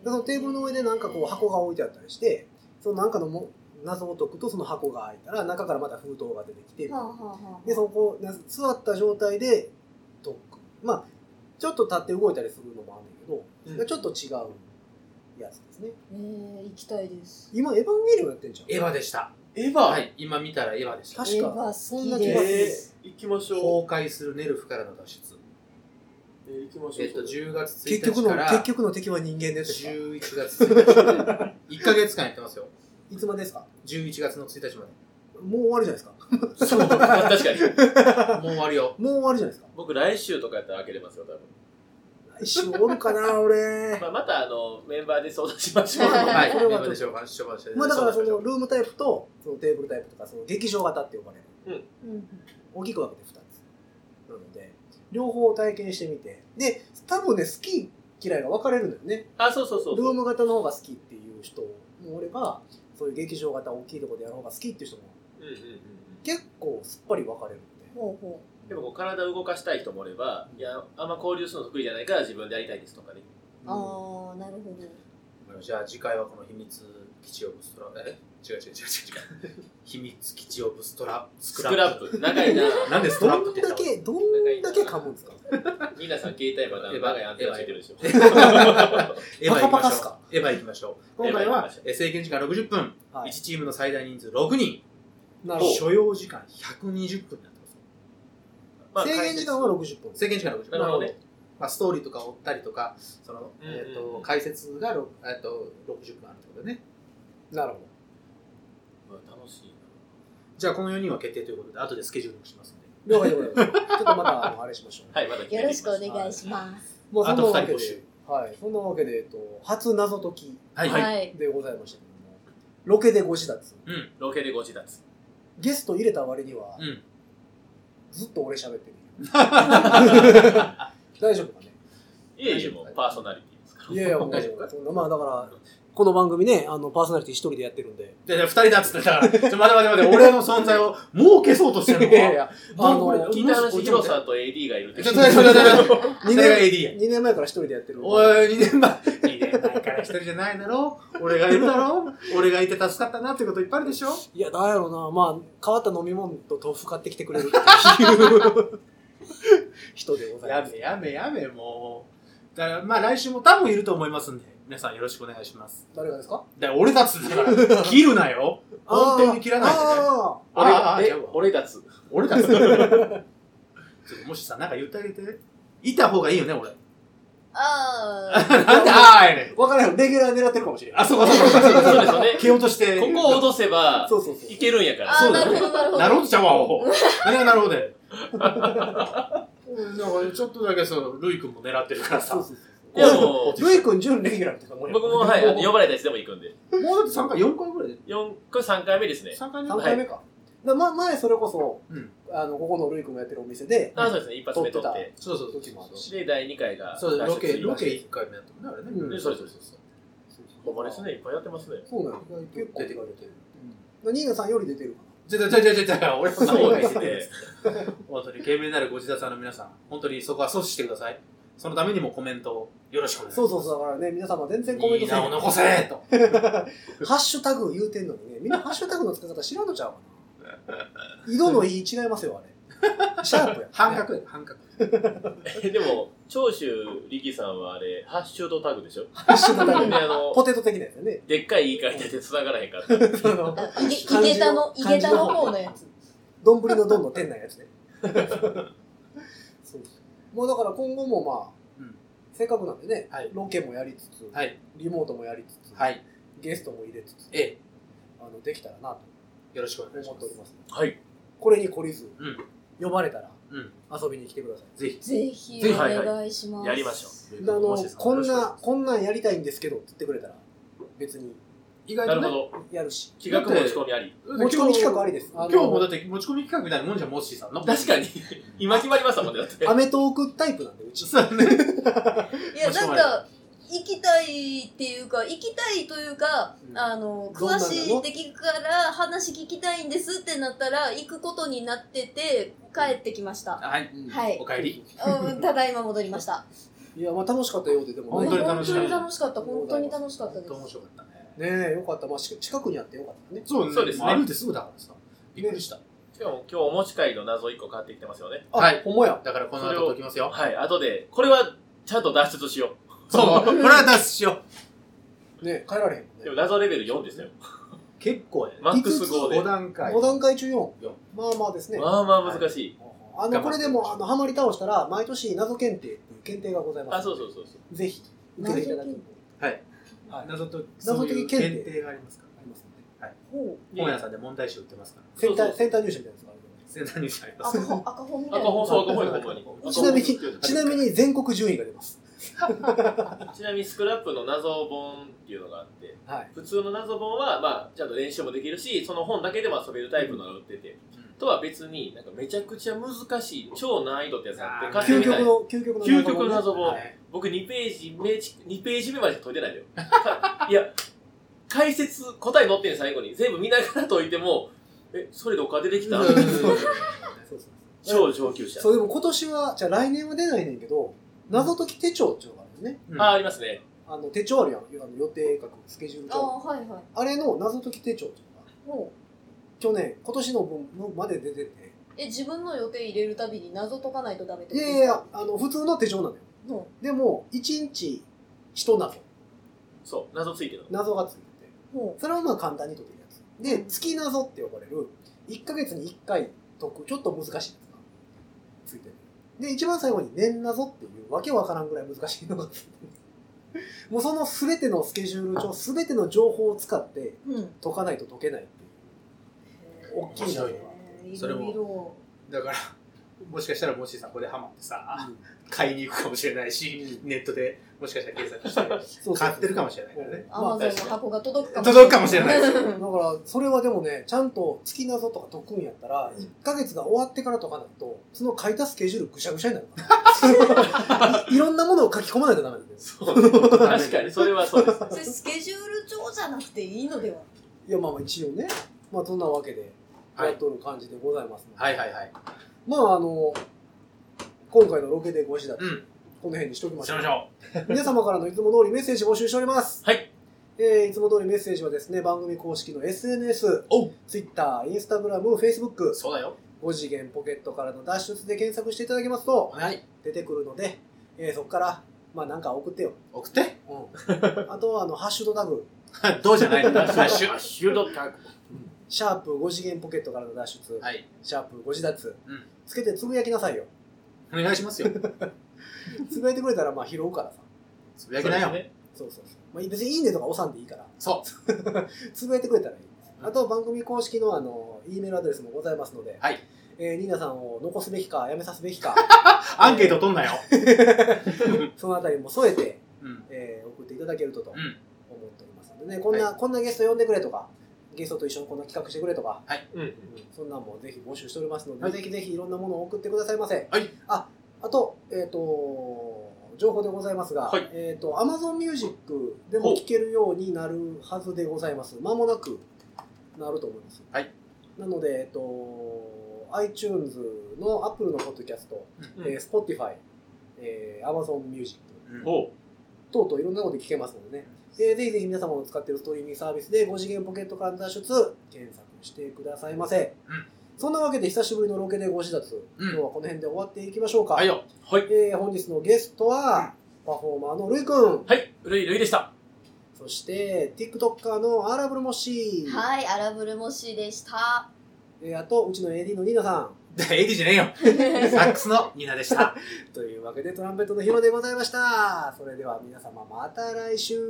そのテーブルの上でなんかこう箱が置いてあったりしてそのなんかのも謎を解くとその箱が開いたら中からまた封筒が出てきてはあはあはあでそこな座った状態で解くまあちょっと立って動いたりするのもあるんだけど、うんちょっと違うやつですねえー、行きたいです今エヴァンゲリオンやってんじゃんエヴァでした。エヴァ、はい、今見たらエヴァでした。確エヴかァ好そんなき気でがすすえー、行きましょう崩壊するネルフからの脱出。。えー、行きましょう。えっと、10月 結1局日のから結局の敵は人間ですか11月1日まで。1ヶ月間やってますよ。いつまでですか11月の1日まもう終わるじゃないですかで。まあ確かに。もう終わ るよ。もう終わるじゃないですか僕、来週とかやったら開けれますよ、多分。来週おるかな俺まあ、また、あの、メンバーで相談しましょう。 はい。ここれれははでしょうか、しょばしまあだからそのルームタイプとそのテーブルタイプとかその劇場型って呼ばれるうん大きく分けて2つなので両方体験してみてで多分ね好き嫌いが分かれるのよねあ、そうそうそうルそーう。ム型の方が好きっていう人もおればそういう劇場型大きいところでやる方が好きっていう人もうんうんうんうん結構すっぱり分かれるんでほうほでもこう体を動かしたい人もおれば、いや、あんま交流するの得意じゃないから自分でやりたいですとかね。うああなるほどじゃあ次回はこの秘密基地オブストラ、え違う違う違う違う違う。秘密基地オブストラ、ススクラップ、長いな。なんでストラッどプっんて言だったのけどんだけ噛むんですか皆さん携帯はエヴァ長いアンテナついてるでしょ。 エヴァ行きパカパまカっしすょかう。エヴァ行きましょう。今回エヴァ行きまはしょうえ制限時間60分、はい1チームの最大人数6人、なるほ所要時間120分になってます。まどあ制限時間は60分制限時間60分。なるほどね。まあ、ストーリーとか追ったりとか、その、うんうんえっ、と、解説がろえっと60分あるってことね。なるほどまあ楽しいじゃあこの4人は決定ということで、後でスケジュールもしますので。了解でございますちょっとまたあのあれしましょうな。はい、まだ決めよてみまろしすくお願いしますまあ、そんなわあとけ二人募集で、はい、そんなわけで、えっと、初謎解きははいでございましたけども、ロケでご自立。うん。ロケでご自立。ゲスト入れた割には、うん。ずっと俺喋ってる。大丈夫かねいえいえ、もうパーソナリティですから。いやいや、もう、大丈夫かそんなまあ、だから、この番組ね、あの、パーソナリティ一人でやってるん で。じゃあ、2人だっつってたから、ちょ待て待て待て、俺の存在をもう消そうとしてるのいやいや、あもうこれの、聞いた話、ヒロさんと AD がいるってちょっと待って待って待って、二それが年、 AD や。二年前から一人でやってる。おい、2年前。2年前から一人じゃないだろ俺がいるだろ俺がいて助かったなってこといっぱいあるでしょいや、だやろうな、まあ、変わった飲み物と豆腐買ってきてくれるって いう人でございやます。めやめやめ、もう。だから、まあ来週も多分いると思いますんで、皆さんよろしくお願いします。誰がですかだから俺だっつってたから、切るなよ本当に切らないでねあー俺ああえ違うわ俺立つ。俺だっつってたからちょっともしさ、なんか言ってあげて。いた方がいいよね、俺。ああなんで、ああやねん。わからん。レギュラー狙ってるかもしれない。あ、そうかそうかそうか。そうですよね蹴落として。ここを落とせば、そうそうそう。いけるんやから。あそーうだなねるほどなるほどなるほどちゃうわ、お 何がなるほどで。うんだからちょっとだけそう、ルイ君も狙ってるからさ。そうそういや、もルイ君準レギュラーって思う、僕も、はい、あの呼ばれたやつでも行くんで。もうだって3回、4回ぐらいで。 4、これ3回目ですね。 3回目3回目か。だま、前それこそ、うんあの、ここのルイ君がやってるお店で、あ、そうですね、一発目撮撮ってたって。そうそう時もあるしで、第2回が、そうロケ、ロケで1回目やったもんね、あれね。うんそうです、そうです。そうほんまですね、いっぱいやってますね。そうなの。結構出てくれてる。うんニーナさんより出てるかちょちょちょちょちょ、俺そもうそうでですすねね。。本当に、懸命なるご自宅さんの皆さん、本当にそこは阻止してください。そのためにもコメントをよろしくお願な。いしそまうす。そうそう、だからね、皆様全然ココメメンントトいいせえ名を残せと。ハッシュタグ言うてんのにね、みんなハッシュタグの付け方知らんのちゃうかな。井戸のいい違いますよ、あれ。シャープや。半角よ、半角。でも、長州力さんはあれ、ハッシュドタグでしょハッシュタで、グ。 あの、ポテト的なやつよね。でっかい言い換えて繋がらへん かった。あのあいげいげたのいげたの方のやつ丼の丼の店内や つねそうそうもうだから今後もまあ、うんせっかくなんでね、はいロケもやりつつ、はい。リモートもやりつつ、はい。ゲストも入れつつえあのできたらなえ、よろしくおと願いし思ってまおりす。ますはい。これに懲りず、うん呼ばれたらうん。遊びに来てくださいぜひ。ぜひぜおひはいはい願いしますやりましょあう。のもしですかこんな。こんなんやりたいんですけどって言ってくれたら別に意外なとるねほ、ど。やるし企画持ち込みあり。持ち込み企画ありですあ今の日もだって持ち込み企画みたいなもんじゃん、モッシーさんの。確かに。今決まりましたもんね、だってア。メトークタイプなんでうちそうね。いやもしなもんか行きたいっていうか行きたいというか、うんあのどん詳なのしいって聞くから話聞きたいんですってなったら行くことになってて帰ってき ましたはい。はいお帰り。うんただいま戻りましたいやまあ楽しかったようででも本当に楽しかった本当に楽しかった本当に楽しかったです本当面白かったね。ねえ、よかった。まあ、し近くにあってよかったね。そうそうですね歩いてすぐだからさ。びっくりした。しかも今日お持ち帰りの謎1個買ってきてますよね。あ、はいほんまや。だからこの後解きますよ。はい、後で、これはちゃんと脱出しよそう、これは脱出しよねえ帰られへんもんう。でね。も謎レベル4ですよ。う。結構やね。マックス5で5。段階。 5段階中4四。まあまあですね。まあまあ難しい。あの、これでも、あの、ハマり倒したら、毎年謎検定っていう検定がございます。あ、そうそうそうそう。う。ぜひ、受けていただきたいとはい。はい謎と、謎謎解解きき検定検定がありますから。思いますので。ほう本屋さんで問題集売ってますから。センタそうー、そうセンター入試みたいなやつがあるのでセンター入手あります赤。本赤本みたい赤な本そう赤本よ、ほんまに。ちなみに赤本ちなみに全国順位が出ます。ちなみにスクラップの謎本っていうのがあって、はい。普通の謎本は、まあ、ちゃんと練習もできるし、その本だけでも遊べるタイプのが売ってて、とは別に、なんかめちゃくちゃ難しい、超難易度ってやつがあって、あー買って究み極たい。の、究極の究極の謎本ははい い僕2ページ目、2ページ目までしか解いてないのよ。 かいや、解説、答え載ってる最後に。全部見ながら解いても、え、それどっから出てきたうんそうそう超上級者。そう、でも今年は、じゃあ来年は出ないねんけど、謎解き手帳っていうのがあるんですね。あ、ありますね。あの、手帳あるやん。あの予定書く、スケジュールあ帳。あはいはいあれの謎解き手帳っていうのが、ほう去年、今年の分のまで出てて、え自分の予定入れるたびに謎解かないとダメっていことやですいやかいや、あの、普通の手帳なのよ。ほでも、1日一謎、そう、謎ついてるの。謎がついてて、うほそれはまあ簡単に解けるやつ。で、月謎って呼ばれる、1ヶ月に1回解く、ちょっと難しいやつがついてる。で、一番最後に年謎っていう、わけわからんぐらい難しいのがついて る。もうその全てのスケジュール帳、全ての情報を使ってううん解かないと解けないっていう。大きいのよいそれろもいろだから、もしかしたら、もしさん、ここでハマってさ、買いに行くかもしれないし、ネットでもしかしたら検索して、そうそうそう買ってるかもしれないからね。アマゾンの箱が届くかも届くかもしれないですだから、それはでもね、ちゃんと月謎とか解くんやったら、1ヶ月が終わってから解かないと、その書いたスケジュールぐしゃぐしゃ になるから。いいろんなものを書き込まないとダメなんです。そう。 確かに、それはそうです。それスケジュール帳じゃなくていいのではいや、まあまあ一応ね、まあそんなわけで、はいやっとる感じでございますので、はいはいはい。まああの、今回のロケでご一緒だって、うんこの辺にしておきまししょまうし。ょ皆様からのいつも通りメッセージ募集しております。はい。えー、いつも通りメッセージはですね、番組公式の SNS、おう Twitter、Instagram、Facebook う。、そうだよ。 5次元ポケットからの脱出で検索していただきますとはい。出てくるので、えーそこから、まあなんか送ってよ。送って。 うん、あとはあの、ハッシュドタグ、どうじゃないのダッシシュュ、シュドタグ。シャープ5次元ポケットからの脱出、はい。シャープ5次脱、うんつけてつぶやきなさいよ。お願いしますよ。つぶやいてくれたらまあ拾うからさ。つぶやきなよ。そうですねそうそうそう。まあ別にいいねとか押さんでいいから、そう。つぶやいてくれたらいい。うんあと番組公式のあの、E メールアドレスもございますので、はいえーニーナさんを残すべきか、やめさすべきか、アンケート取んなよ。そのあたりも添えて、うん。えー送っていただけるととう思っん。ておりますのでね、こんな、こんなゲスト呼んでくれとか、ゲストと一緒にこんな企画してくれとか、うん。そんなんもぜひ募集しておりますので、はいぜひぜひいろんなものを送ってくださいませ。はいあ、あと、えっ、と、情報でございますが、はいえっ、と、Amazon Music でも聴けるようになるはずでございます。まもなくなると思います。はいなので、えっ、と、iTunes の Apple のポッドキャスト、うんえー Spotify、えー Amazon Music うんほう。等々いろんなことで聴けますのでね、えーぜひぜひ皆様の使っているストリーミングサービスで5次元ポケットからの脱出検索してくださいませ、んそんなわけで久しぶりのロケでご自立、うん今日はこの辺で終わっていきましょうか、はいよ。はい。えー本日のゲストは、パフォーマーのるいくんはい。ルイルイでした。そして TikToker のアラブルモッシー、はいアラブルモシでしたえーあとうちの AD のニーナさでエディじゃねえよ。 サックスのニーナでした。んというわけでトランペットのヒロでございましたそれでは皆様また来週